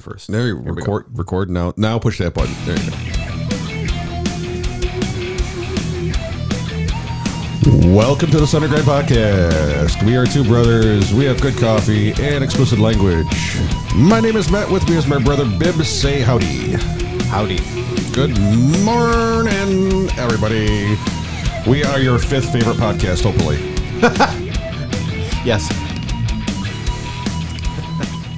first. There you record record now. Now push that button. There you go. Welcome to the Sunday Grind Podcast. We are two brothers. We have good coffee and explicit language. My name is Matt. With me is my brother Bib. Say howdy. Howdy. Good morning, everybody. We are your fifth favorite podcast, hopefully. Yes,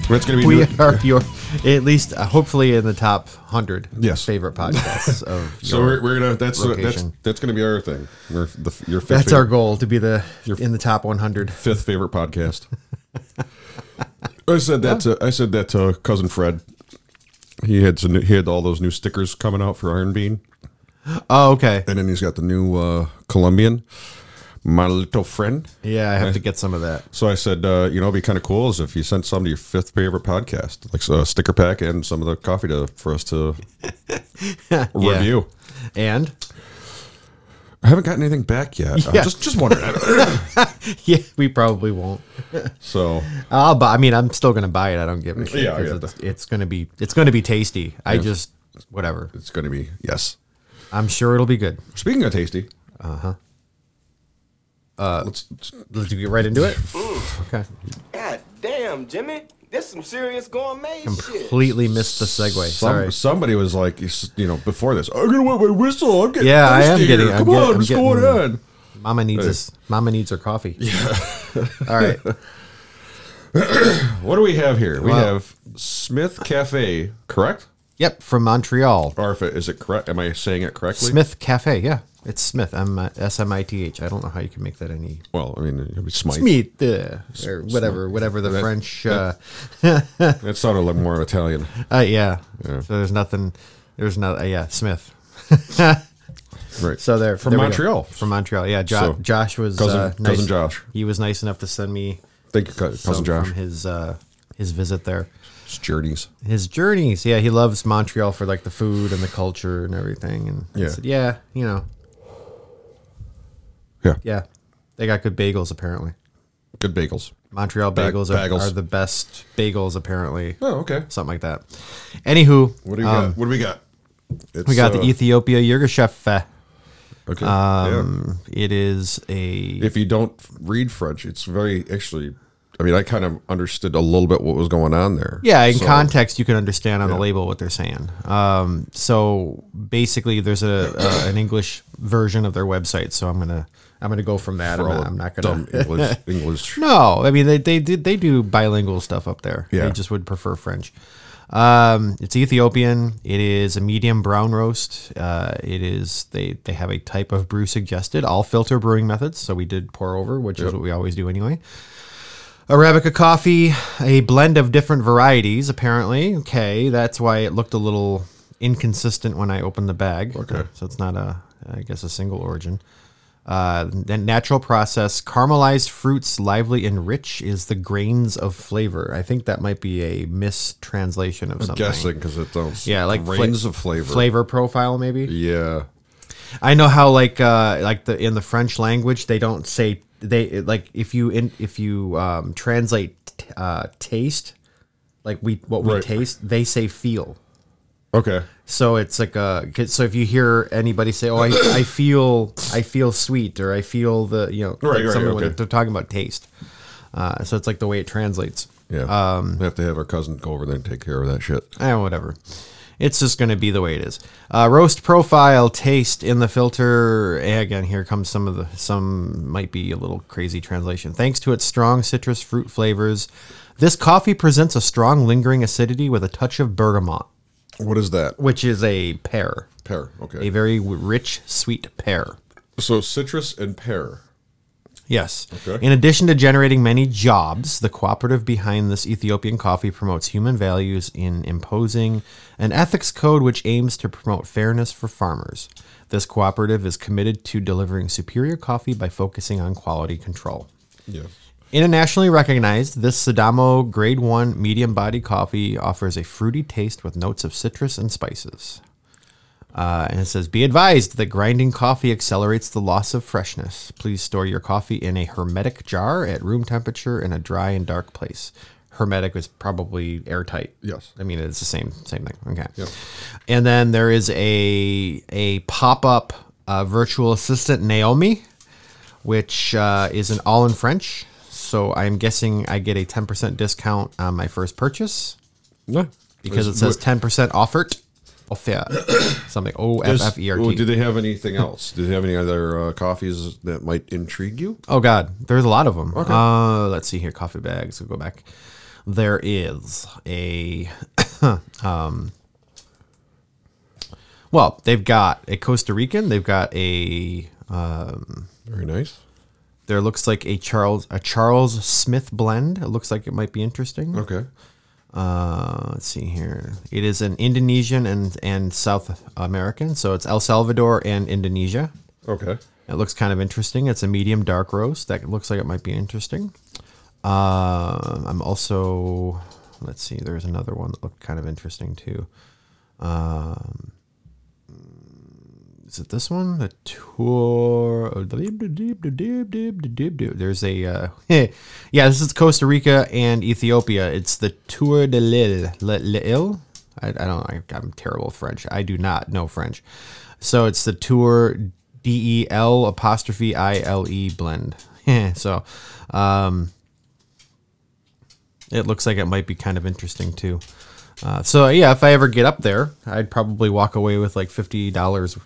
It's going to be we new- are your at least uh, hopefully in the top hundred Yes. favorite podcasts of. So your- we're, we're gonna that's that's Location. that's gonna be our thing. We're the, your fifth that's favorite, our goal to be the in the top one hundred. fifth favorite podcast. I said that to I said that to cousin Fred. He had some, he had all those new stickers coming out for Iron Bean, Oh, okay. and then he's got the new uh, Colombian, my little friend. Yeah, I have to get some of that. So I said, uh, you know, it'd be kind of cool is if you sent some to your fifth favorite podcast, like a sticker pack and some of the coffee to for us to review. And I haven't gotten anything back yet. I'm Yeah. just just wondering. yeah, we probably won't. so I'll buy. I mean, I'm still gonna buy it. I don't give a shit. Yeah, 'cause yeah. It's, it's gonna be it's gonna be tasty. I just whatever. it's going to be yes. I'm sure it'll be good. Speaking of tasty, Uh-huh. uh huh. let's, Let's get right into it. Okay. God damn, Jimmy. This some serious gourmet shit. Completely missed the segue. Sorry. some, somebody was like, you s- you know, before this, I'm gonna wet my whistle. I'm getting Yeah, I am thirsty getting- here. I'm Come get- on, I'm what's getting- going on? Mama needs us. Mama needs her coffee. Yeah. All right. What do we have here? We Wow. have Smith Cafe, correct? Yep, from Montreal. Or if it, is it correct? Am I saying it correctly? Smith Cafe. Yeah, it's Smith. I'm uh, S M I T H. I don't know how you can make that any. Well, I mean, it'd be Smythe. Smith uh, or whatever, whatever the That- French. Uh, that- That sounded like more Italian. uh, yeah. So there's nothing. There's no. Uh, yeah, Smith. Right. So there From there we go. Montreal. From Montreal. Yeah. Jo- So, Josh was cousin- uh, nice. cousin Josh. He was nice enough to send me Thank you, cou- cousin some Josh. from his uh, his visit there. It's journeys. his journeys. Yeah, he loves Montreal for like the food and the culture and everything. And I Yeah. said, yeah, you know, Yeah. yeah, they got good bagels apparently. Good bagels. Montreal Ba- bagels, are, bagels. are the best bagels apparently, Oh, okay. something like that. Anywho, What do we um, got? What do we got? It's, we got the uh, Ethiopia Yirgacheffe. Okay. yeah. Um, It is a if you don't read French, it's very actually. I mean, I kind of understood a little bit what was going on there. Yeah, in So, context, you can understand on the label what they're saying. Um, so basically, there's a, a an English version of their website. So I'm gonna I'm gonna go from that. for I'm, all not- the I'm not gonna dumb English. English. No, I mean they they did they do bilingual stuff up there. Yeah. They just would prefer French. Um, it's Ethiopian. It is a medium brown roast. Uh, it is they they have a type of brew suggested. All filter brewing methods. So we did pour over, which is what we always do anyway. Arabica coffee, a blend of different varieties. Apparently, okay, that's why it looked a little inconsistent when I opened the bag. Okay. so it's not a I guess a single origin. Uh, then natural process, caramelized fruits, lively and rich is the grains of flavor. I think that might be a mistranslation of something. Guessing because it sounds Yeah, like fla- grains of flavor. Flavor profile, maybe. Yeah. I know how like uh like the in the French language they don't say they like if you in if you um translate t- uh taste like we what we Right. taste they say feel. Okay. So it's like a 'cause- so if you hear anybody say oh I, I feel I feel sweet or I feel the you know Right, like right, someone- okay. they're talking about taste. Uh, so it's like the way it translates. Yeah. Um, we have to have our cousin go over there and take care of that shit. Eh, whatever. It's just going to be the way it is. Uh, roast profile, taste in the filter. Eh, Again, here comes some of the some might be a little crazy translation. Thanks to its strong citrus fruit flavors, this coffee presents a strong lingering acidity with a touch of bergamot, What is that? which is a pear, Pear. a Okay. very w- rich, sweet pear. So citrus and pear. Yes. Okay. In addition to generating many jobs, the cooperative behind this Ethiopian coffee promotes human values in imposing an ethics code which aims to promote fairness for farmers. This cooperative is committed to delivering superior coffee by focusing on quality control. Yeah. Internationally recognized, this Sadamo Grade 1 medium body coffee offers a fruity taste with notes of citrus and spices. Uh, and it says, Be advised that grinding coffee accelerates the loss of freshness. Please store your coffee in a hermetic jar at room temperature in a dry and dark place. hermetic is probably airtight. Yes. I mean it's the same same thing. Okay. Yep. And then there is a a pop up uh, virtual assistant Naomi, which uh, is an all in French. So I'm guessing I get a 10% discount on my first purchase No. because it says 10% offered. Offer something O F F E R well, do T. oh, they have anything else? Do they have any other uh, coffees that might intrigue you? Oh God, there's a lot of them. Uh, let's see here, coffee bags. We'll go back. There is a, um, well, they've got a Costa Rican. They've got a. Um, Very nice. there looks like a Charles a Charles Smith blend. It looks like it might be interesting. Okay. Uh, let's see here. It is an Indonesian and and South American, so it's El Salvador and Indonesia. Okay. It looks kind of interesting. It's a medium dark roast. That looks like it might be interesting. Uh, I'm also let's see. There's another one that looked kind of interesting too. Um, is it this one? The tour. There's a uh, yeah. This is Costa Rica and Ethiopia. It's the Tour de l'Île. Le- L'Île. I, I don't. I, I'm terrible at French. I do not know French. So it's the Tour D E L apostrophe I L E blend. so, um, it looks like it might be kind of interesting too. Uh, so yeah, if I ever get up there, I'd probably walk away with like fifty dollars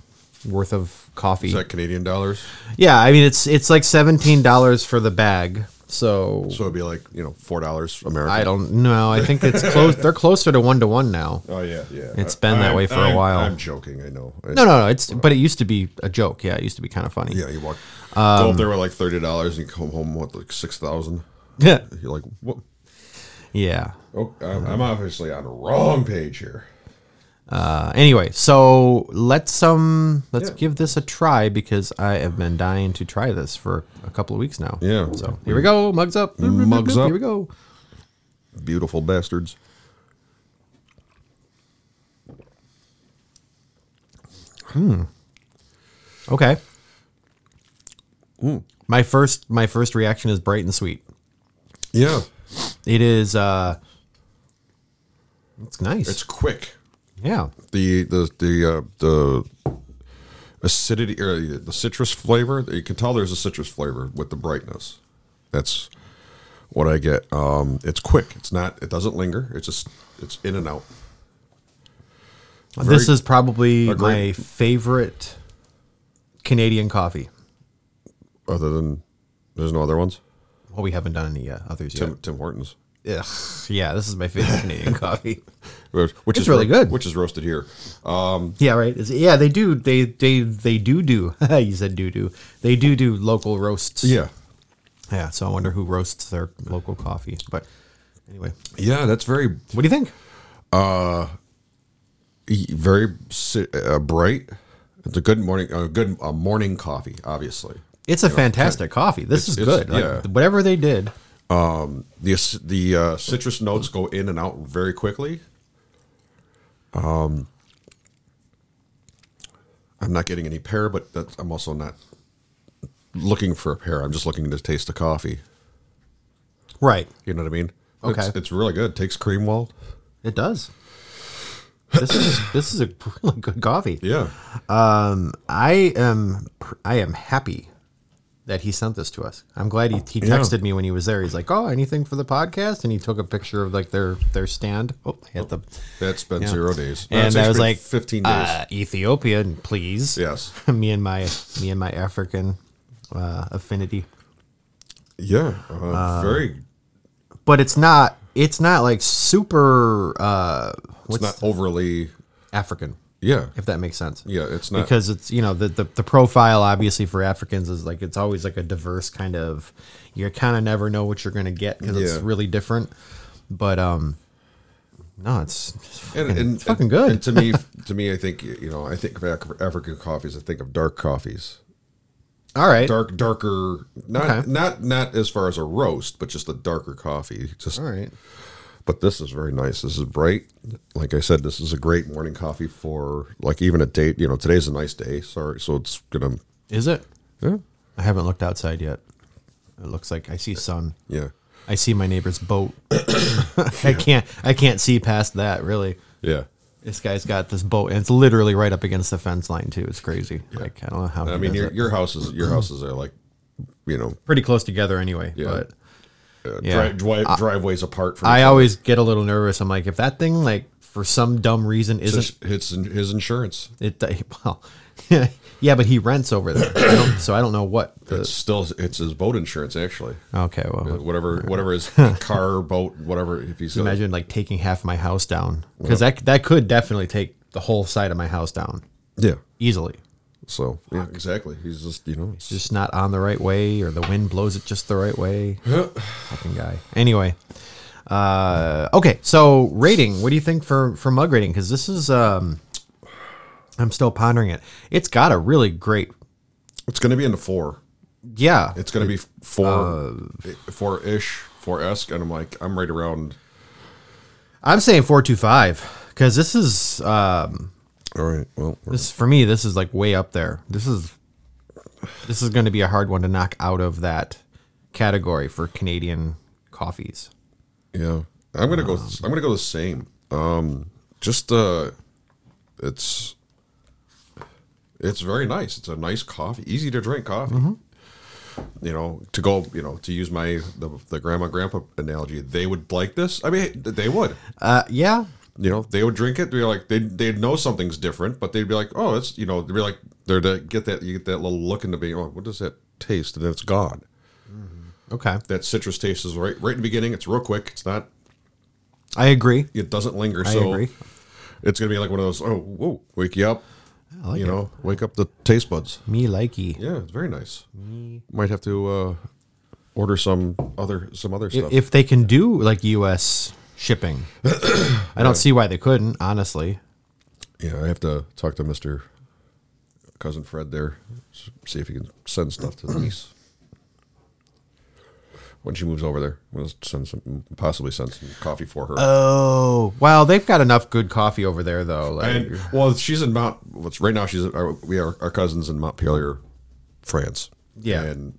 worth of coffee. Is that Canadian dollars? Yeah, I mean it's it's like seventeen dollars for the bag. So, So it'd be like you know four dollars American. I don't know. I think it's close. they're closer to one to one now. Oh yeah, yeah. It's been that I'm- way for a I'm- while. I'm joking. I know. I- No, no, no. It's but it used to be a joke. Yeah, it used to be kind of funny. Yeah, you walk. Um, go up there with like thirty dollars and come home with like six thousand. Yeah, You're like, what? yeah. Oh, I'm, I'm obviously on the wrong page here. Uh, anyway, so let's um let's Yeah. give this a try because I have been dying to try this for a couple of weeks now. Yeah. So here we go. Mugs up. Mugs up. Here we go. Beautiful bastards. Okay. My first my first reaction is bright and sweet. Yeah, It is uh it's nice. it's quick. yeah. The the the uh, the acidity or the citrus flavor. You can tell there's a citrus flavor with the brightness. That's what I get. Um, it's quick. It's not. It doesn't linger. It's just. It's in and out. Very- this is probably a my great- favorite Canadian coffee. Other than there's no other ones. Well, we haven't done any uh, others yet. Tim Tim Hortons. Ugh. Yeah, this is my favorite Canadian coffee. which which It's is really ro- good. Which is roasted here. Uh, Yeah, right. Is- yeah, they do. They they they do do. you said do do. They do do local roasts. Yeah, Yeah. So I wonder who roasts their local coffee. But anyway, yeah, that's very what do you think? very si- uh, bright. It's a good morning, a good uh, morning coffee, obviously. It's a fantastic coffee. This is it's- good. Like, yeah. whatever they did. The ac- the uh, citrus notes go in and out very quickly. Um, I'm not getting any pear, but that's, I'm also not looking for a pear. I'm just looking to taste the coffee. Right. You know what I mean? It's, Okay. it's really good. takes cream well. It does. This is this is a really good coffee. Yeah. Um, I am pr- I am happy that he sent this to us. I'm glad he, he Yeah. texted me when he was there. He's like, "Oh, anything for the podcast?" And he took a picture of like their their stand. Oh, I hit the That's been Yeah. zero days. No, it's and actually I was been like, 15 days. Uh, Ethiopia, please. Yes. me and my me and my African uh, affinity, yeah. Uh, very. but it's not it's not like super uh, It's what's not overly. African, Yeah. if that makes sense. Yeah. It's not. because it's you know the, the the profile obviously for Africans is like it's always like a diverse kind of you kind of never know what you're gonna get because it's Yeah. really different. But um, no, it's, it's and, fucking, and, it's fucking and- good. And to me, to me, I think you know, I think of Af- African coffees. I think of dark coffees, All right, dark, darker. Not Okay. not not as far as a roast, but just a darker coffee. Just all right. but this is very nice. This is bright. Like I said, this is a great morning coffee for like even a date. You know, today's a nice day. Sorry, so it's gonna. Is it? Yeah. I haven't looked outside yet. It looks like I see sun. Yeah. I see my neighbor's boat. I can't I can't see past that really. Yeah. This guy's got this boat, and it's literally right up against the fence line too. It's crazy. Like I don't know how. I he mean, does your it. your houses your houses are like, you know, pretty close together anyway. Yeah. But uh, Yeah. dri- dri- driveways apart from. I each always get a little nervous. I'm like, if that thing like for some dumb reason other. isn't It's his, his insurance. it, well, yeah, but he rents over there, I don't- so I don't know what. The, It's still it's his boat insurance actually. okay, well, Whatever whatever his car boat whatever if he's imagine like taking half my house down because that that could definitely take the whole side of my house down yeah. easily. So yeah, exactly. He's just you know it's- Just not on the right way, or the wind blows it just the right way. Fucking guy. Anyway, uh, okay. So rating. What do you think for for mug rating? Because this is um, I'm still pondering it. It's got a really great. it's going to be into four. Yeah, It's going to be four four ish four esque, and I'm like I'm right around. I'm saying four two five because this is um, All right. Well, this for me. This is like way up there. This is this is going to be a hard one to knock out of that category for Canadian coffees. Yeah, I'm gonna go. I'm gonna go the same. Um, just uh, it's it's very nice. It's a nice coffee, easy to drink coffee. You know, to go. You know, to use my the, the grandma and grandpa analogy, they would like this. I mean, they would. Uh, yeah, You know, they would drink it. They're like they they'd know something's different, but they'd be like, oh, it's you know, they'd be like they're to get that you get that little look into being, oh, what does that taste? And then it's gone okay, that citrus taste is right right in the beginning. It's real quick. It's not. I agree. It doesn't linger. I so agree. it's gonna be like one of those. Oh, whoa! Wake you up. I like you it. know, wake up the taste buds. Me likey. Yeah, it's very nice. Might have to uh, order some other some other stuff. If they can do like U.S. shipping, I don't see why they couldn't. Honestly, yeah, I have to talk to Mister Cousin Fred there, s- see if he can send stuff to the niece when she moves over there. We'll send some, possibly send some coffee for her. oh well, they've got enough good coffee over there though. Like, And well, she's in Mount. What's right now? She's our, we are our cousins in Montpellier, France. Yeah. and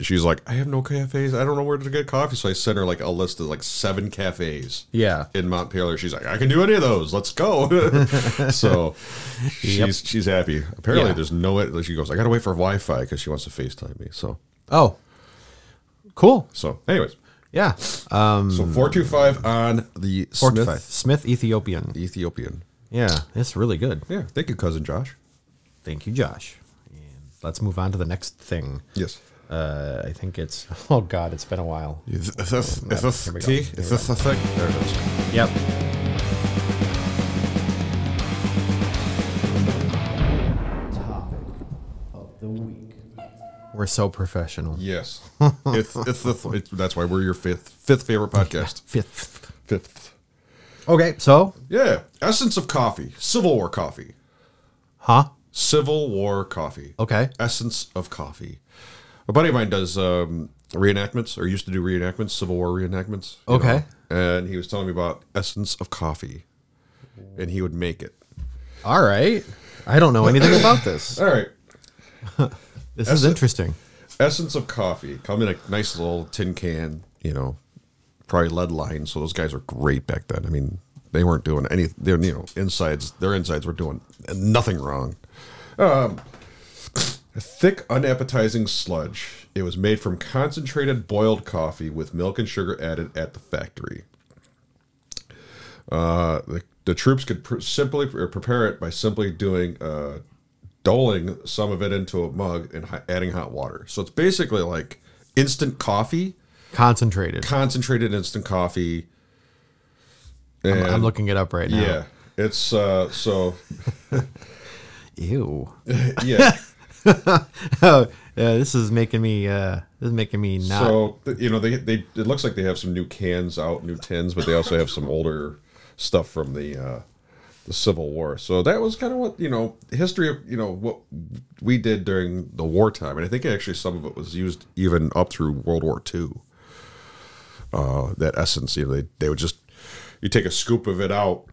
she's like, I have no cafes. I don't know where to get coffee. So I sent her like a list of like seven cafes. Yeah. in Montpellier. She's like, I can do any of those. Let's go. so she's she's happy. Apparently, Yeah. there's no. She goes, I gotta wait for Wi-Fi because she wants to Facetime me. So oh, cool. so anyways, Yeah, Uh, Mm. so four two five on the Smith, Smith Smith Ethiopian. Ethiopian. Yeah, it's really good. Yeah, thank you, cousin Josh. Thank you, Josh. And let's move on to the next thing. Yes. Uh, I think it's oh god, it's been a while. Is this, is this Here we go. tea? Is Here we this a thing? There it is. Yep. We're so professional. Yes. it's, it's the th- it's, that's why we're your fifth fifth favorite podcast. Fifth. Fifth. Okay, so Yeah. Essence of coffee. Civil War coffee. huh? Civil War coffee. Okay. Essence of coffee. A buddy of mine does um, reenactments or used to do reenactments, Civil War reenactments. you Okay. know, And he was telling me about essence of coffee, and he would make it. All right. I don't know anything about this. All right. This is interesting. essence of coffee come in a nice little tin can you know probably lead line so those guys are great back then i mean they weren't doing any their you know insides their insides were doing nothing wrong um a thick unappetizing sludge it was made from concentrated boiled coffee with milk and sugar added at the factory uh, the, the troops could pr- simply pre- prepare it by simply doing uh, doling some of it into a mug and hi- adding hot water. So it's basically like instant coffee, Concentrated. concentrated instant coffee. And I'm looking it up right now. yeah, it's uh, so Ew. yeah. Oh, yeah, this is making me. Uh, this is making me not. So th- you know they they it looks like they have some new cans out, new tins, but they also have some older stuff from the uh, the Civil War. So that was kind of what you know history of you know what we did during the wartime, and I think actually some of it was used even up through World War II. Uh, that essence, you know, they they would just you take a scoop of it out,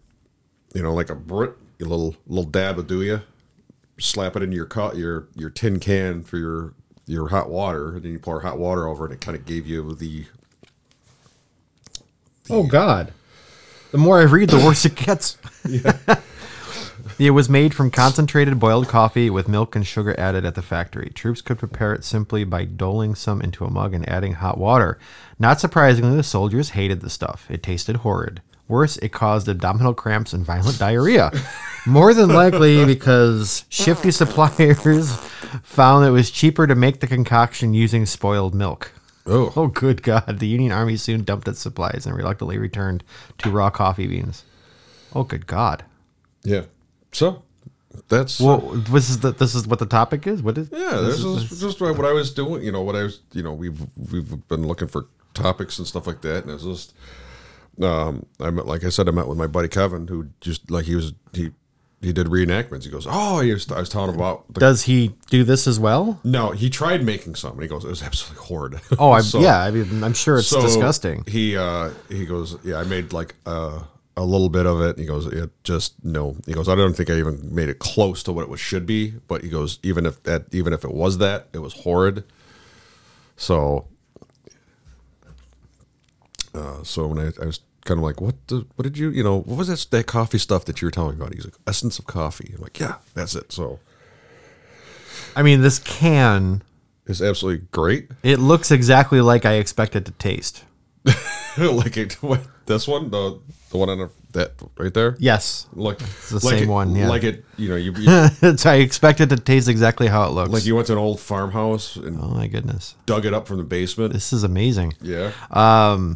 you know, like a Brit, a little little dab would do you slap it into your co- your your tin can for your your hot water, and then you pour hot water over, it, and it kind of gave you the Oh God! The more I read, the worse it gets. it was made from concentrated boiled coffee with milk and sugar added at the factory. Troops could prepare it simply by doling some into a mug and adding hot water. Not surprisingly, the soldiers hated the stuff. It tasted horrid. Worse, it caused abdominal cramps and violent diarrhea. More than likely because shifty suppliers found it was cheaper to make the concoction using spoiled milk. Oh, Oh, good God. The Union Army soon dumped its supplies and reluctantly returned to raw coffee beans. Oh, good God. yeah. So that's Well, this is the, this is what the topic is. What is? yeah. This is just what I was doing. You know what I was. You know we've we've been looking for topics and stuff like that, and it's just. Um, I met, like I said, I met with my buddy Kevin, who just like he was he he did reenactments. He goes, "Oh, he was, I was telling him about the Does he do this as well? No, he tried making some, and he goes, "It was absolutely horrid." Oh, I, So- yeah. I mean, I'm sure it's so disgusting. He uh, he goes, "Yeah, I made like uh, a little bit of it." And he goes, "It just no." He goes, "I don't think I even made it close to what it was should be." But he goes, "Even if that, even if it was that, it was horrid." So, uh, so when I, I was kind of like, "What? The, what did you? You know, what was that that coffee stuff that you were telling me about?" He's like, "Essence of coffee." I'm like, "Yeah, that's it." So I mean, this can. it's absolutely great. It looks exactly like I expect it to taste. like it, what, this one, the the one on the, that right there. Yes, like the like it- same one, yeah. Like it, you know, you, you It's- I expect it to taste exactly how it looks. like you went to an old farmhouse and oh my goodness, dug it up from the basement. this is amazing. Yeah, Uh,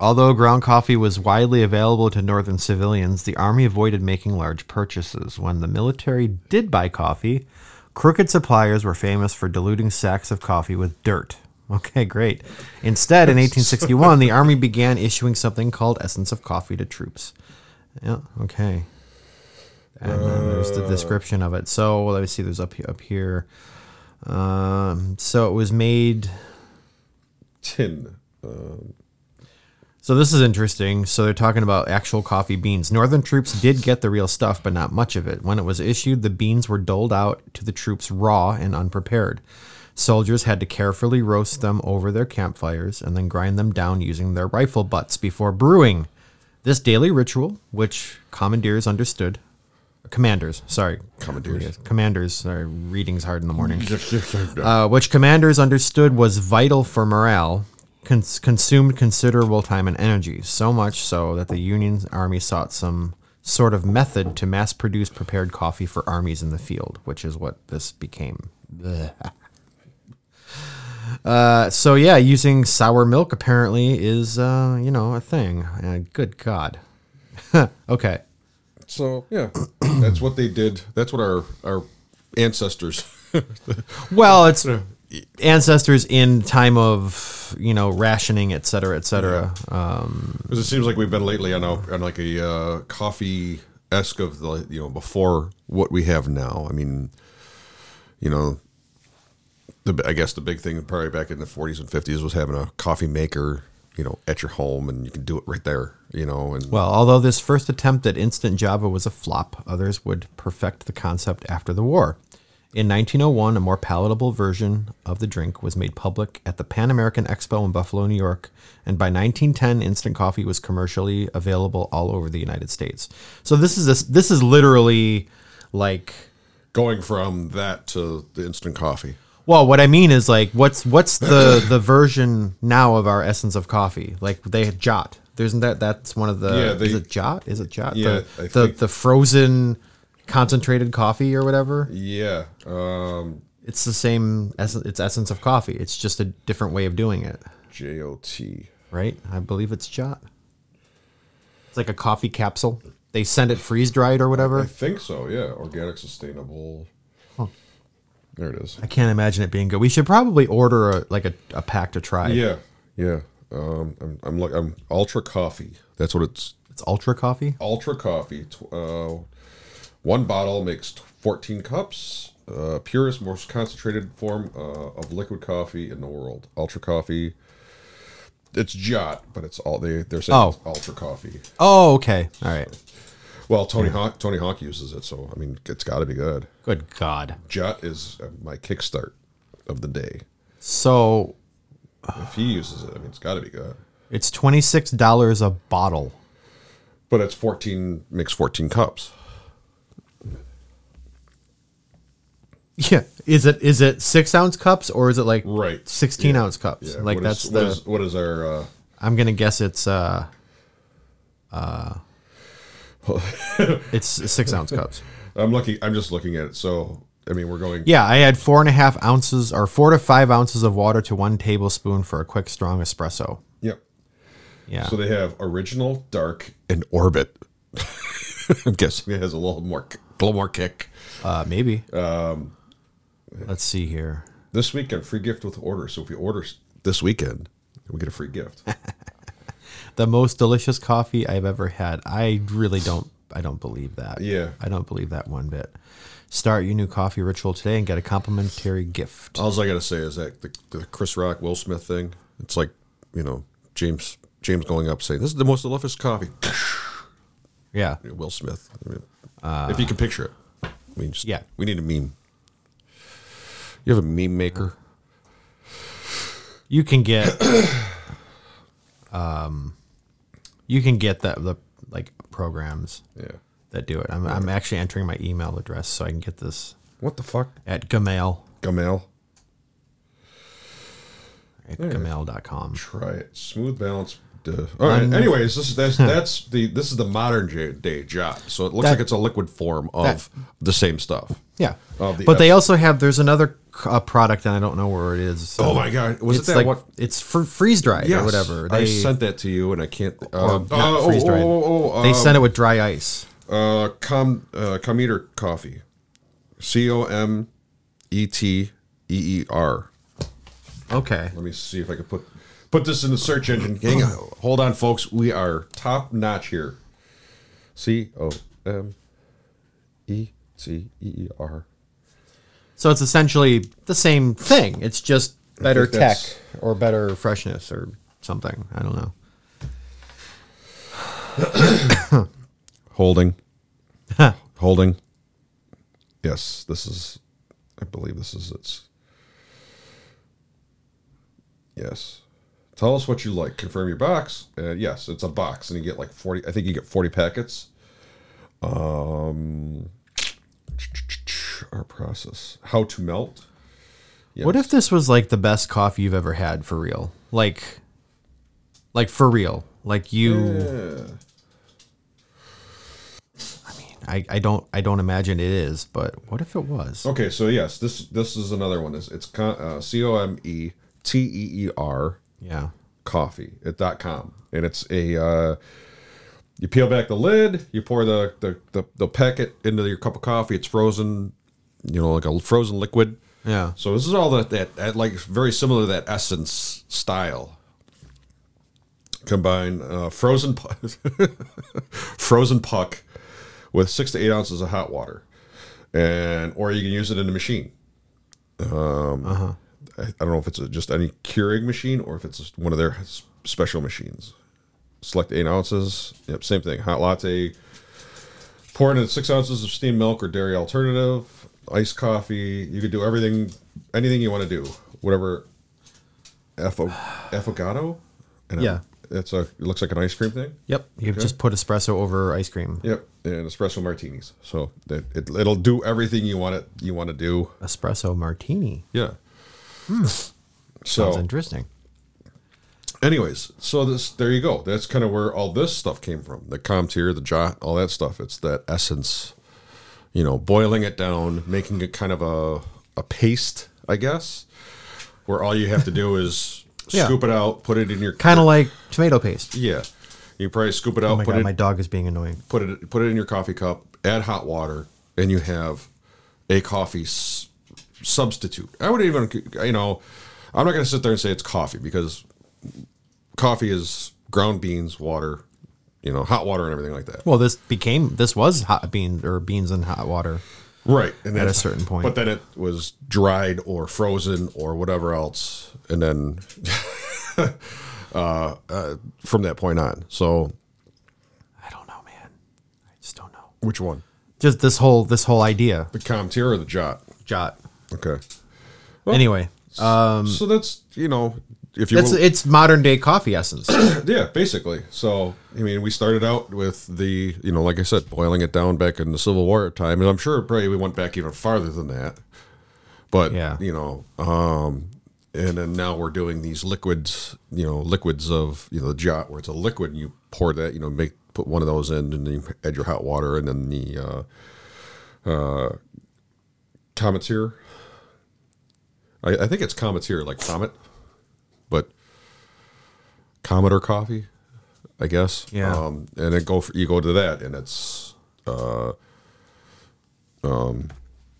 Although ground coffee was widely available to northern civilians, the army avoided making large purchases. When the military did buy coffee, crooked suppliers were famous for diluting sacks of coffee with dirt. Okay, great. Instead, in 1861, the army began issuing something called essence of coffee to troops. Yeah, okay. And then there's the description of it. So let me see. There's up he- up here. Um, so it was made. tin. So this is interesting. So they're talking about actual coffee beans. Northern troops did get the real stuff, but not much of it. When it was issued, the beans were doled out to the troops raw and unprepared. Soldiers had to carefully roast them over their campfires and then grind them down using their rifle butts before brewing. This daily ritual, which commandeers understood, commanders, sorry, Commandeers. commanders, sorry, reading's hard in the morning yeah, uh, which commanders understood was vital for morale, cons- consumed considerable time and energy. So much so that the Union Army sought some sort of method to mass produce prepared coffee for armies in the field, which is what this became. Blech. Uh, so yeah, using sour milk apparently is uh, you know a thing. Uh, good God. okay. so yeah, that's what they did. That's what our our ancestors. Well, it's ancestors in time of you know rationing, et cetera, et cetera. Because it seems like we've been lately on a on like a uh, coffee esque of the you know before what we have now. I mean, you know, the I guess the big thing probably back in the forties and fifties was having a coffee maker, you know, at your home and you can do it right there, you know, and Well, although this first attempt at instant Java was a flop, others would perfect the concept after the war. In 1901, a more palatable version of the drink was made public at the Pan American Expo in Buffalo, New York, and by 1910, instant coffee was commercially available all over the United States. So this is a, this is literally like going from that to the instant coffee. well, what I mean is like what's what's the the version now of our essence of coffee? Like they had Jot. Isn't that that's one of the Yeah, they- is it Jot? Is it Jot? Yeah, I the the, think- the frozen concentrated coffee or whatever. Yeah, um, It's the same essence it's essence of coffee. It's just a different way of doing it, J O T. right? I believe it's Jot. It's like a coffee capsule. They send it freeze dried or I whatever. think so. Yeah, organic, sustainable. There it is. I can't imagine it being good. We should probably order a, like a, a pack to try. Yeah, yeah. Um, I'm I'm like I'm ultra coffee. That's what it's It's ultra coffee. ultra coffee. Tw- uh, one bottle makes t- 14 cups. Uh, purest, most concentrated form uh, of liquid coffee in the world. Ultra coffee. It's jot, but it's all they they're saying Oh. it's ultra coffee. Oh, okay. All right. Well, Tony Hawk Tony Hawk uses it, so I mean it's got to be good. Good God. Jot is uh, my kickstart of the day. So If he uses it, I mean it's got to be good. It's twenty six dollars a bottle. But it's 14, makes 14 cups. Yeah. Is it is it six ounce cups or is it like Right. sixteen Yeah. ounce cups? Yeah, like what that's is- the what is, what is our uh, I'm gonna guess it's uh uh it's six ounce cups. I'm looking I'm just looking at it. So I mean we're going Yeah, I add four and a half ounces or four to five ounces of water to one tablespoon for a quick strong espresso. Yep. Yeah. So they have original, dark, and orbit. I'm guessing it has a little more a little more kick. uh maybe. Um let's see here. This weekend, free gift with order. So if you order s- this weekend, we get a free gift. The most delicious coffee I've ever had. I really don't I don't believe that. Yeah. I don't believe that one bit. Start your new coffee ritual today and get a complimentary gift. All I gotta say is that the, the Chris Rock Will Smith thing. It's like you know James James going up saying this is the most delicious coffee. Yeah. Will Smith. I mean, if you can picture it, I mean, just, Uh, yeah. we need a meme. You have a meme maker. you can get um you can get that the like programs Yeah. that do it I'm, I'm actually entering my email address so i can get this What the fuck, at gmail Gamal? at gmail.com Try it. Smooth balance. Duh. All right. Anyways, this is that's, that's the this is the modern j- day job. So it looks That- like it's a liquid form of the same stuff. yeah Of the but they apps. also have there's another c- uh, product and i don't know where it is Oh my God, was it it's that like what- it's for freeze dried Yes, or whatever I they sent that to you, and I can't. Uh, or uh, not oh, oh, freeze-dried. oh, oh, oh, they um, sent it with dry ice Uh, com uh, Cometer Coffee, C O M E T E E R. okay Let me see if I can put put this in the search engine. Hang on, hold on, folks. We are top notch here. C O M E T E E R. so it's essentially the same thing it's just better think tech that's- or better freshness or something i don't know Holding. Holding. Yes, this is. I believe this is its. Yes. Tell us what you like. Confirm your box. Uh, yes, it's a box, and you get like forty. I think you get forty packets. Um, our process. How to melt. What if this was like the best coffee you've ever had for real? Like, like for real. Like you. I mean, I, I don't I don't imagine it is, but what if it was? Okay, so yes, this this is another one. It's, it's con- uh, C O M E T E E R. Yeah. coffee at dot .com and it's a uh, you peel back the lid you pour the the, the the packet into your cup of coffee it's frozen you know like a frozen liquid Yeah. so this is all that that, that like very similar to that essence style combine uh, frozen pu- frozen puck with six to eight ounces of hot water and or you can use it in the machine I, I don't know if it's a, just any Keurig machine or if it's just one of their s- special machines. Select eight ounces. Yep, same thing. Hot latte. Pour in six ounces of steamed milk or dairy alternative. Iced coffee. You could do everything, anything you want to do. Whatever. Affo- Affogato. And Yeah. It's a. It looks like an ice cream thing. Yep. You've Okay. just put espresso over ice cream. Yep. And espresso martinis. So that it, it'll do everything you want it. You want to do. Espresso martini. Yeah. So Hmm. Sounds interesting. anyways so this there you go that's kind of where all this stuff came from the comptier the jot all that stuff it's that essence you know boiling it down making it kind of a, a paste i guess where all you have to do is Yeah. scoop it out put it in your Kind of like tomato paste. yeah you probably scoop it out Oh my put god, it my dog is being annoying. put it put it in your coffee cup add hot water and you have a coffee s- substitute i would even you know i'm not going to sit there and say it's coffee because coffee is ground beans, water, you know, hot water and everything like that. Well, this became this was hot beans or beans in hot water. Right. And At a that's- certain point. But then it was dried or frozen or whatever else. And then uh, uh, from that point on. So I don't know, man. I just don't know. which one? Just this whole this whole idea. The Comtier or the Jot? Jot. Okay. Anyway, so that's, you know, if you It's will- it's modern day coffee essence. yeah, basically. So I mean, we started out with the you know, like I said, boiling it down back in the Civil War time, and I'm sure probably we went back even farther than that. But Yeah. you know, um, and then now we're doing these liquids, you know, liquids of you know the jot where it's a liquid and you pour that, you know, make put one of those in and then you add your hot water and then the uh, uh, cometier. I, I think it's cometier, like comet, but Comet or coffee, I guess. Yeah. Um, and then go for, you go to that, and it's, uh, um,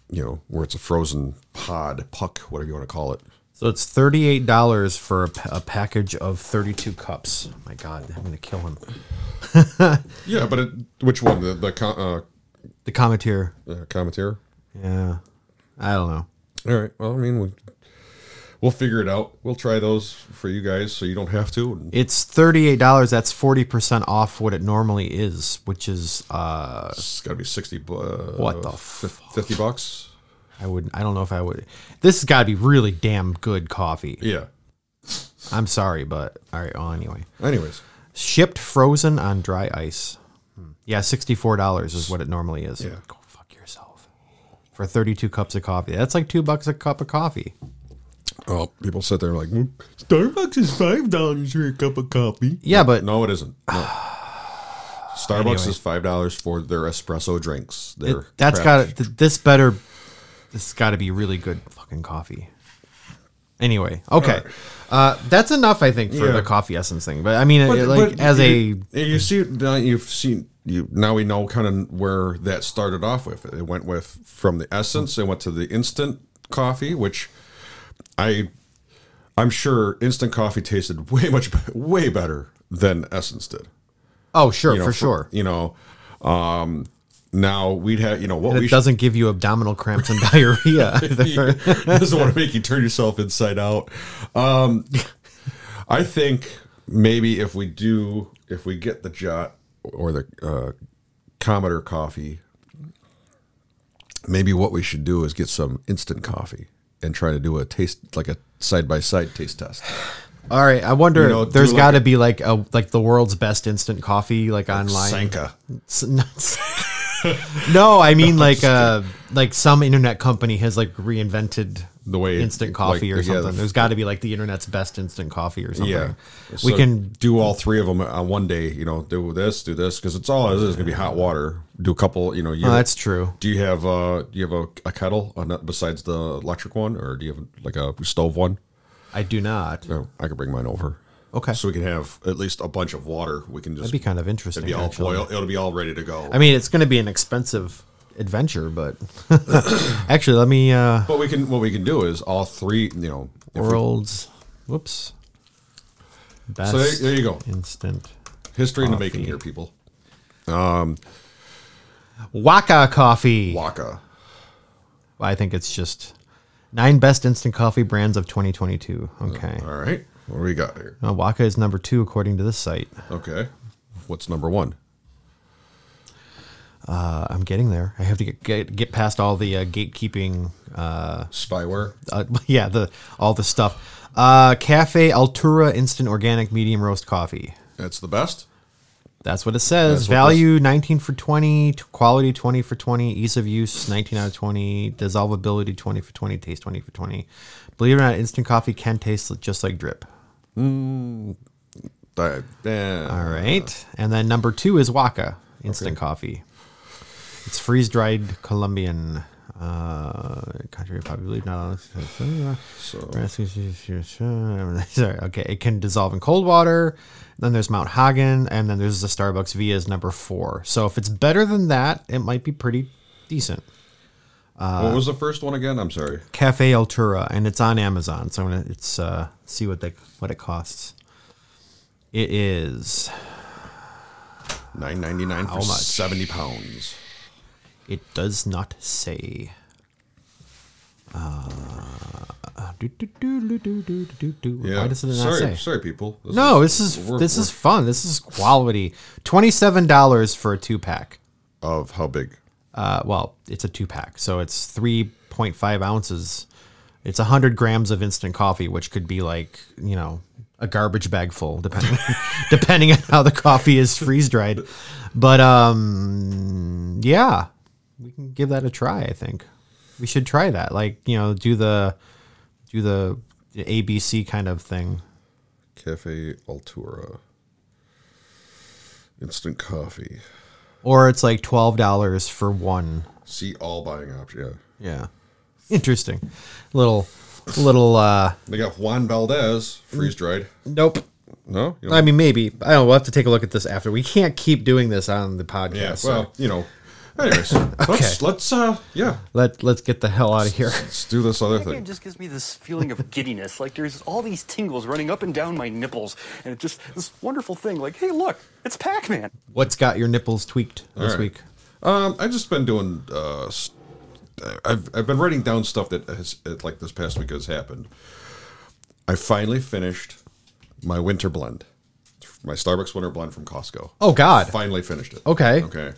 you know, where it's a frozen pod, puck, whatever you want to call it. so it's thirty eight dollars for a, pa- a package of thirty two cups. Oh my God, I'm gonna kill him. Yeah, but it, which one? The the co- The cometeer. uh, uh, commentator. Yeah, I don't know. All right. Well, I mean, we, we'll figure it out. We'll try those for you guys, so you don't have to. And It's thirty eight dollars. That's forty percent off what it normally is, which is uh, it's got to be sixty. bu- Uh, What the fif- Fifty bucks. I would I don't know if I would. This has got to be really damn good coffee. Yeah. I'm sorry, but all right. Well, anyway, Anyways, shipped frozen on dry ice. Hmm. Yeah, sixty four dollars is what it normally is. Yeah. Go fuck yourself. For thirty two cups of coffee, that's like two bucks a cup of coffee. oh, people sit there like, "Mm." "Hmm, Starbucks is five dollars for a cup of coffee. Yeah, but No, it isn't. No. Starbucks is five dollars for their espresso drinks. it- Their that's got craft- to this better. This got to be really good fucking coffee. Anyway, okay, uh, that's enough. I think for Yeah. the coffee essence thing, but I mean, it- But- like but as you, you see now you've seen you now we know kind of where that started off with. It went with from the essence. It went to the instant coffee, which I I'm sure instant coffee tasted way much be- way better than essence did. a oh sure You know, for sure, You know, um, now we'd have you know what and we it should- doesn't give you abdominal cramps and diarrhea. either. doesn't want to make you turn yourself inside out. Um, I think maybe if we do, if we get the Jot or the uh, Commodore coffee, maybe what we should do is get some instant coffee and try to do a taste, like a side by side taste test. All right, I wonder. know, do there's like got to a- be like a like the world's best instant coffee like online. Sanka. S- not s- no, I mean like uh like some internet company has like reinvented The way it- instant like, coffee or yeah, something. the- There's got to be like the internet's best instant coffee or something. Yeah. we So can. do all three of them on one day. You know, do this, do this, because it's all it is going to be hot water. Do a couple. You know, you Oh, that's true. Do you have uh do you have a, a kettle on that besides the electric one, or do you have like a stove one? I do not. No, I could bring mine over. Okay, So we can have at least a bunch of water. We can just that'd be kind of interesting. it'd be all actually. boil- It'll be all ready to go. I mean, it's going to be an expensive adventure, but actually, let me uh but we can what we can do is all three. You know, if we- world's whoops best so there, there you go. instant. History in the making here, people. Waka Coffee. Waka. I think it's just nine best instant coffee brands of 2022. Okay. Oh, All right, what do we got here? Uh, Waka is number two according to this site. Okay, what's number one? Uh, I'm getting there. I have to get get, get past all the uh, gatekeeping. Uh, Spyware. uh, yeah, the all the stuff. Uh, Cafe Altura instant organic medium roast coffee. That's the best. That's what it That's says. what this- Value 19 for 20, t- quality 20 for 20, ease of use 19 out of 20, dissolvability 20 for 20, taste 20 for 20. Believe it or not, instant coffee can taste just like drip. That- eh. All right. And then number two is Waka instant coffee. It's freeze dried Colombian. Uh, country probably not. So Sorry. Okay. It can dissolve in cold water. Then there's Mount Hagen, and then there's the Starbucks Via is number four. So if it's better than that, it might be pretty decent. Uh, what was the first one again? I'm sorry. Cafe Altura, and it's on Amazon. So I'm gonna it's uh, see what they what it costs. It is Nine ninety nine for much? seventy pounds. It does not say. Uh, do, do, do, do, do, do, do, do. Yeah. Why does it not sorry, say? sorry, people. This No, this is we're- this is we're- fun. This is quality. Twenty seven dollars for a two pack. of how big? Uh, well, it's a two pack, so it's three point five ounces. It's 100 grams of instant coffee, which could be like, you know, a garbage bag full, depending depending on how the coffee is freeze dried. But um, yeah, we can give that a try. I think we should try that. Like you know, do the do the ABC kind of thing. Cafe Altura. Instant coffee. Or it's like twelve dollars for one. See all buying options. Yeah. Yeah, interesting. Little little. uh They got Juan Valdez freeze dried. Nope. No, You don't- I mean, maybe I don't. know. We'll have to take a look at this after. We can't keep doing this on the podcast. yeah. so well, you know. Anyways, let's let's uh yeah let let's get the hell out of here. let's do this other Again, it thing. just gives me this feeling of giddiness. Like there's all these tingles running up and down my nipples, and it's just this wonderful thing. Like, hey, look, it's Pac-Man. What's got your nipples tweaked this right. week? Um, I've just been doing. Uh, s- I've I've been writing down stuff that has that, like this past week has happened. I finally finished my winter blend, my Starbucks winter blend from Costco. Oh, God. Finally finished it. Okay. Okay.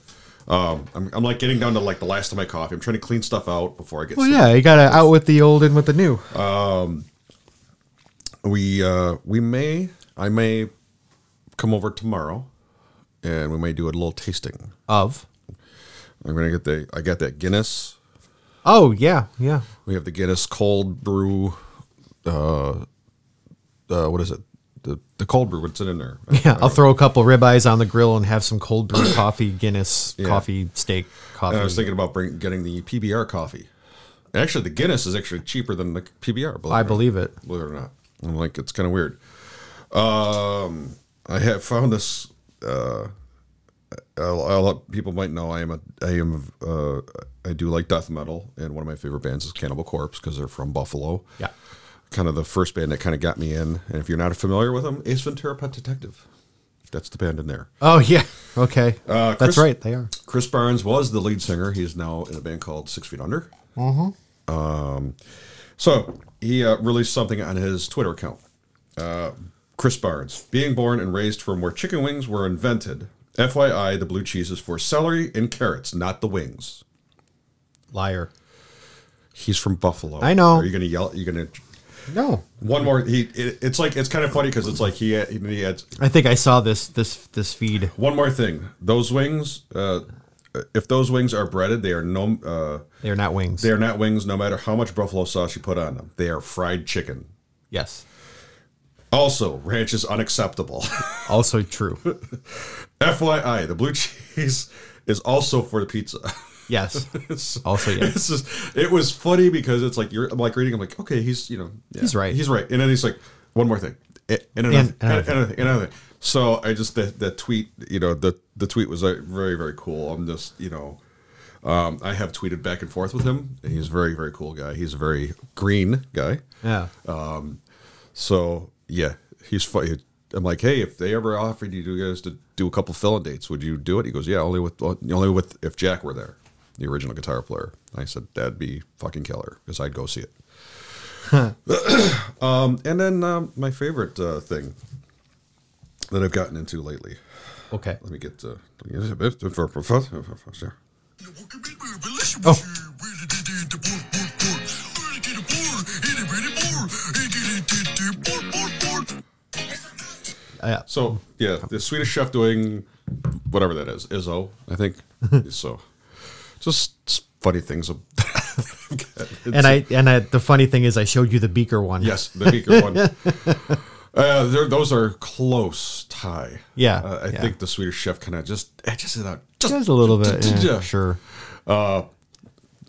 Um, I'm, I'm like getting down to like the last of my coffee. I'm trying to clean stuff out before I get. Well, sick. Oh, yeah, you gotta out with the old and with the new. We uh, we may I may come over tomorrow, and we may do a little tasting. of. I'm gonna get the I got that Guinness. Oh yeah, yeah. We have the Guinness cold brew. Uh, uh, what is it? The the cold brew. What's it in there? Yeah, I'll throw a couple ribeyes on the grill and have some cold brew coffee, Guinness Yeah. coffee, steak coffee. And I was thinking about bring, getting the PBR coffee. And actually, the Guinness is actually cheaper than the PBR. I it or believe not. it. Believe it or not, I'm like it's kind of weird. Um, I have found this. Uh, a a lot of people might know I am a I am uh I do like death metal, and one of my favorite bands is Cannibal Corpse because they're from Buffalo. Yeah. kind of the first band that kind of got me in. And if you're not familiar with them, Ace Ventura: Pet Detective. That's the band in there. oh yeah, okay, Uh, that's Chris- right. They are. Chris Barnes was the lead singer. He's now in a band called Six Feet Under. Mm-hmm. Um, so he uh, released something on his Twitter account. Uh, Chris Barnes, being born and raised from where chicken wings were invented. FYI, the blue cheese is for celery and carrots, not the wings. Liar. He's from Buffalo. I know. Are you going to yell? You're going to No, one more. He. It, it's like it's kind of funny because it's like he had, he had I think I saw this this this feed. one more thing. Those wings. Uh, if those wings are breaded, they are no. Uh, They are not wings. They are not wings, no matter how much buffalo sauce you put on them. They are fried chicken. yes. Also, ranch is unacceptable. Also true. FYI, the blue cheese is also for the pizza. Yes. It's- Also yes. it's just, it was funny because it's like you're I'm like reading. I'm like, okay, he's you know yeah, He's right. He's right. And then he's like, one more thing, and another, And and, another another, thing, and another thing. So I just the, the tweet, you know, the the tweet was like, very very cool. I'm just you know. Um, I have tweeted back and forth with him. He's a very, very cool guy. He's a very green guy. Yeah. Oh. So yeah, he's funny. I'm like, hey, if they ever offered you guys to do a couple fill-in dates, would you do it? He goes, yeah, only with only with if Jack were there, the original guitar player. I said that'd be fucking killer because I'd go see it. um, and then um, my favorite uh, thing that I've gotten into lately. okay. Let me get uh, oh, Oh. Yeah. So yeah, the Swedish chef doing whatever that is, Izzo, I think. so just s- funny things. of- And I and I, the funny thing is I showed you the beaker one. yes, the beaker one. Uh, they're- those are close tie. Yeah, Uh, I yeah. think the Swedish chef kind of just edges it out. Just, Just a little bit. yeah, Yeah. Sure.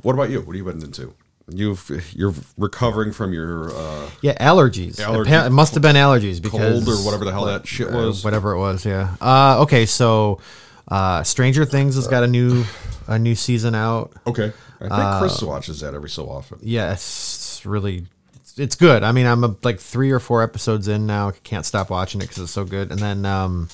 What about you? What have you been into? You've you're recovering from your uh, Yeah, allergies. Allergy- Appa- it must have been allergies because cold or whatever the hell that shit uh, was. whatever it was. Yeah. Uh, okay, so uh, Stranger Things has got a new a new season out. Okay, I think Uh, Chris watches that every so often. Yes, it's really, it's, it's good. I mean, I'm uh, like three or four episodes in now. I Can't stop watching it because it's so good. And then um,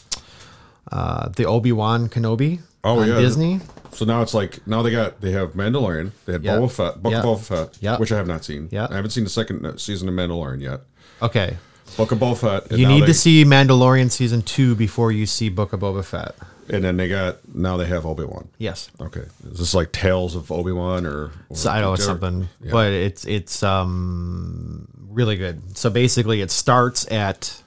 uh, the Obi Wan Kenobi Oh, on yeah. Disney. So now it's like now they got they have Mandalorian. They had Yeah. Boba Fett, Book Yeah. of Boba Fett, Yeah. which I have not seen. Yeah. I haven't seen the second uh, season of Mandalorian yet. Okay, Book of Boba Fett. and you now need they- to see Mandalorian season two before you see Book of Boba Fett. And then they got now they have Obi Wan. Yes. Okay, is this like Tales of Obi Wan or, or So I know it's something, Yeah. but it's it's um really good. So basically, it starts at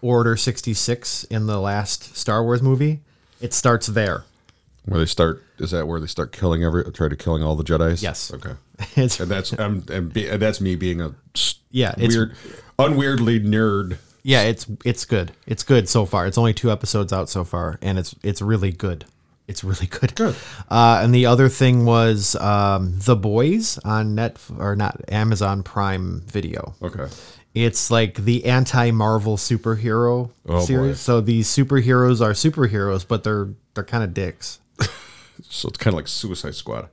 Order sixty six in the last Star Wars movie. It starts there. where they start? Is that where they start killing every try to killing all the Jedi's? Yes. Okay. It's And that's um, and, be, and that's me being a s- Yeah, it's- weird, unweirdly nerd. yeah, it's it's good. It's good so far. It's only two episodes out so far, and it's it's really good. It's really good. Good. Uh, and the other thing was um, the boys on net or not Amazon Prime Video. Okay. It's like the anti Marvel superhero Oh, boy. series. So these superheroes are superheroes, but they're they're kind of dicks. So it's kind of like Suicide Squad.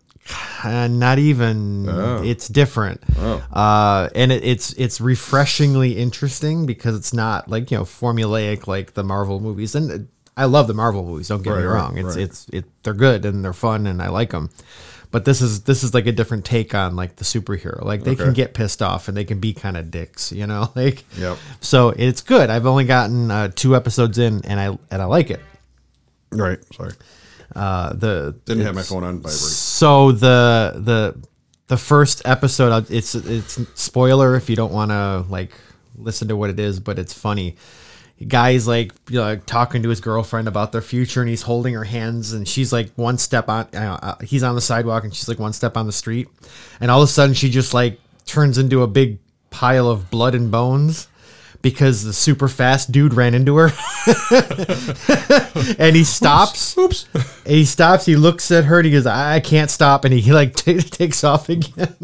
And Uh, not even Oh. it's different. Uh, and it, it's it's refreshingly interesting because it's not like you know formulaic like the Marvel movies. And uh, I love the Marvel movies. Don't get me Right, right, wrong. right. It's it's it, they're good and they're fun and I like them. But this is this is like a different take on like the superhero. Like they can Okay. get pissed off and they can be kind of dicks, you know. Like Yep. So it's good. I've only gotten uh, two episodes in, and I and I like it. Right. Sorry. Uh, the Didn't have my it's- phone on vibrate. So the the the first episode, uh, it's it's spoiler if you don't want to like listen to what it is, but it's funny. Guy's like you know, like, talking to his girlfriend about their future, and he's holding her hands, and she's like one step on. Uh, uh, he's on the sidewalk, and she's like one step on the street, and all of a sudden she just like turns into a big pile of blood and bones because the super fast dude ran into her and he stops. Oops. And he stops. He looks at her. and He goes, "I, I can't stop," and he like t- takes off again.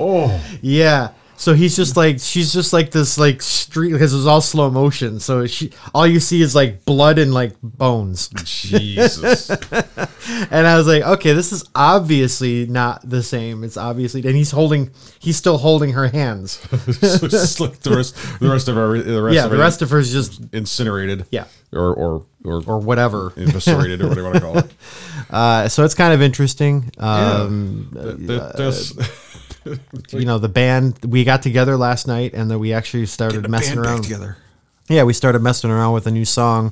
oh. Yeah. So he's just like she's just like this like street because it was all slow motion. So she all you see is like blood and like bones. Jesus. And I was like, okay, this is obviously not the same. It's obviously and he's holding he's still holding her hands. so it's just like the rest, the rest of our, the rest yeah, of the it rest of her's just incinerated. Yeah. Or or or, or whatever. eviscerated or whatever you want to call it. Uh, so it's kind of interesting. Um, That- that- that's- you know the band we got together last night and then we actually started messing around together. yeah we started messing around with a new song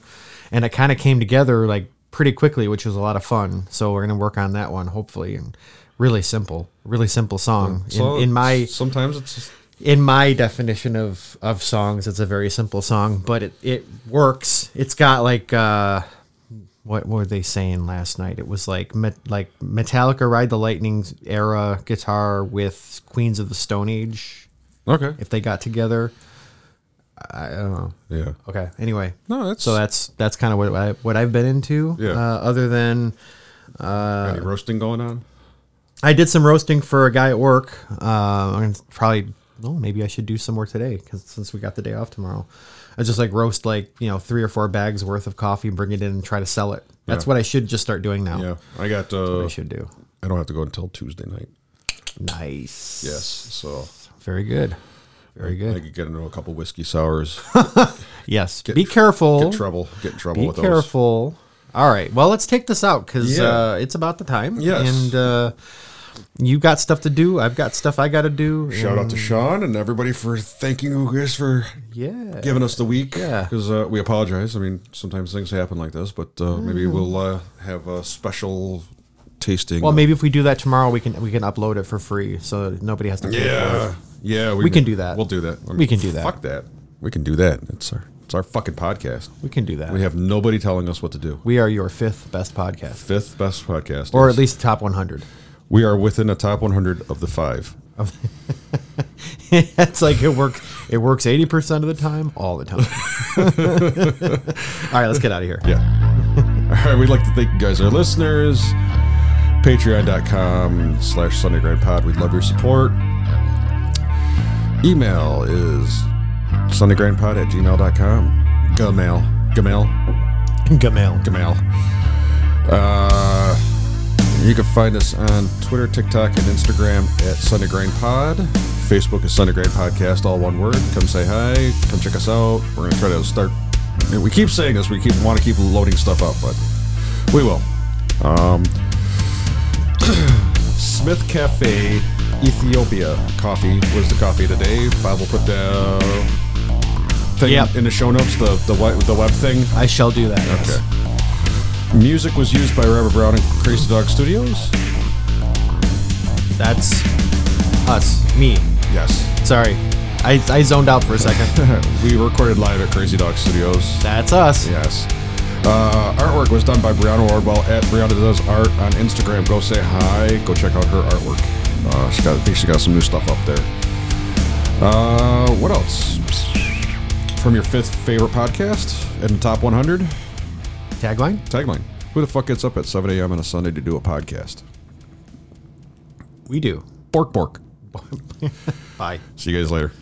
and it kind of came together like pretty quickly which was a lot of fun so we're gonna work on that one hopefully and really simple really simple song So in, in my sometimes it's in my definition of of songs it's a very simple song but it it works it's got like uh what were they saying last night? It was like met, like Metallica Ride the Lightning era guitar with Queens of the Stone Age okay. if they got together. I I don't know. Yeah. Okay. Anyway, No, that's so that's that's kind of what I what I've been into. Yeah. Uh, other than uh, any roasting going on. I did some roasting for a guy at work. Uh, I'm gonna probably oh maybe I should do some more today because since we got the day off tomorrow, I just like roast like you know three or four bags worth of coffee, bring it in, and try to sell it. That's Yeah. what I should just start doing now. Yeah, I got. I Uh, should do. I don't have to go until Tuesday night. Nice. Yes, so Very good. Very I good. could get into a couple whiskey sours. Yes. Get Be tr- careful. Get trouble. Get in trouble Be with careful. All right. Well, let's take this out because Yeah. uh, it's about the time. Yes. And uh, you got stuff to do. I've got stuff I got to do. those. Shout out to Sean and everybody for thanking you guys for Yeah. giving us the week. Yeah. because uh, we apologize. I mean, sometimes things happen like this, but uh, maybe Mm. we'll uh, have a special tasting. Well, maybe if we do that tomorrow, we can we can upload it for free, so nobody has to pay for it. Yeah, yeah, We can do that. We'll do that. I We can do that. Fuck that. We can do that. It's our it's our fucking podcast. We can do that. We have nobody telling us what to do. we are your fifth best podcast, Fifth best podcast, or Yes. at least top 100. we are within the top 100 of the five. it's like it works. It works 80 percent of the time, all the time. all right, let's get out of here. Yeah. All right. We'd like to thank you guys, our listeners. Patreon.com slash Sunday Grind Pod. We'd love your support. Email is SundayGrindPod at gmail.com. Gmail. Gmail. Gamail. Gmail. Uh, you can find us on Twitter, TikTok, and Instagram at Sunday Grind Pod. Facebook is Sunday Grind Podcast, all one word. Come say hi. Come check us out. We're going to try to start. We keep saying this. We keep want to keep loading stuff up, but we will. Um, Smith Cafe Ethiopia coffee was the coffee today. Bob will put the thing Yep. in the show notes, the, the, web, the web thing. I shall do that. yes. Okay. Music was used by Robert Brown and Crazy Dog Studios. That's us, me. Yes, Sorry, I, I zoned out for a second. we recorded live at Crazy Dog Studios. That's us. Yes. Uh, artwork was done by Brianna Wardwell at Brianna Does Art on Instagram. Go say hi. Go check out her artwork. Uh, she got, I think she got some new stuff up there. Uh, what else? From your fifth favorite podcast in the top 100? Tagline. Tagline. Who the fuck gets up at 7 a.m. on a Sunday to do a podcast? We do. Bork Bork. Bye. See you guys later.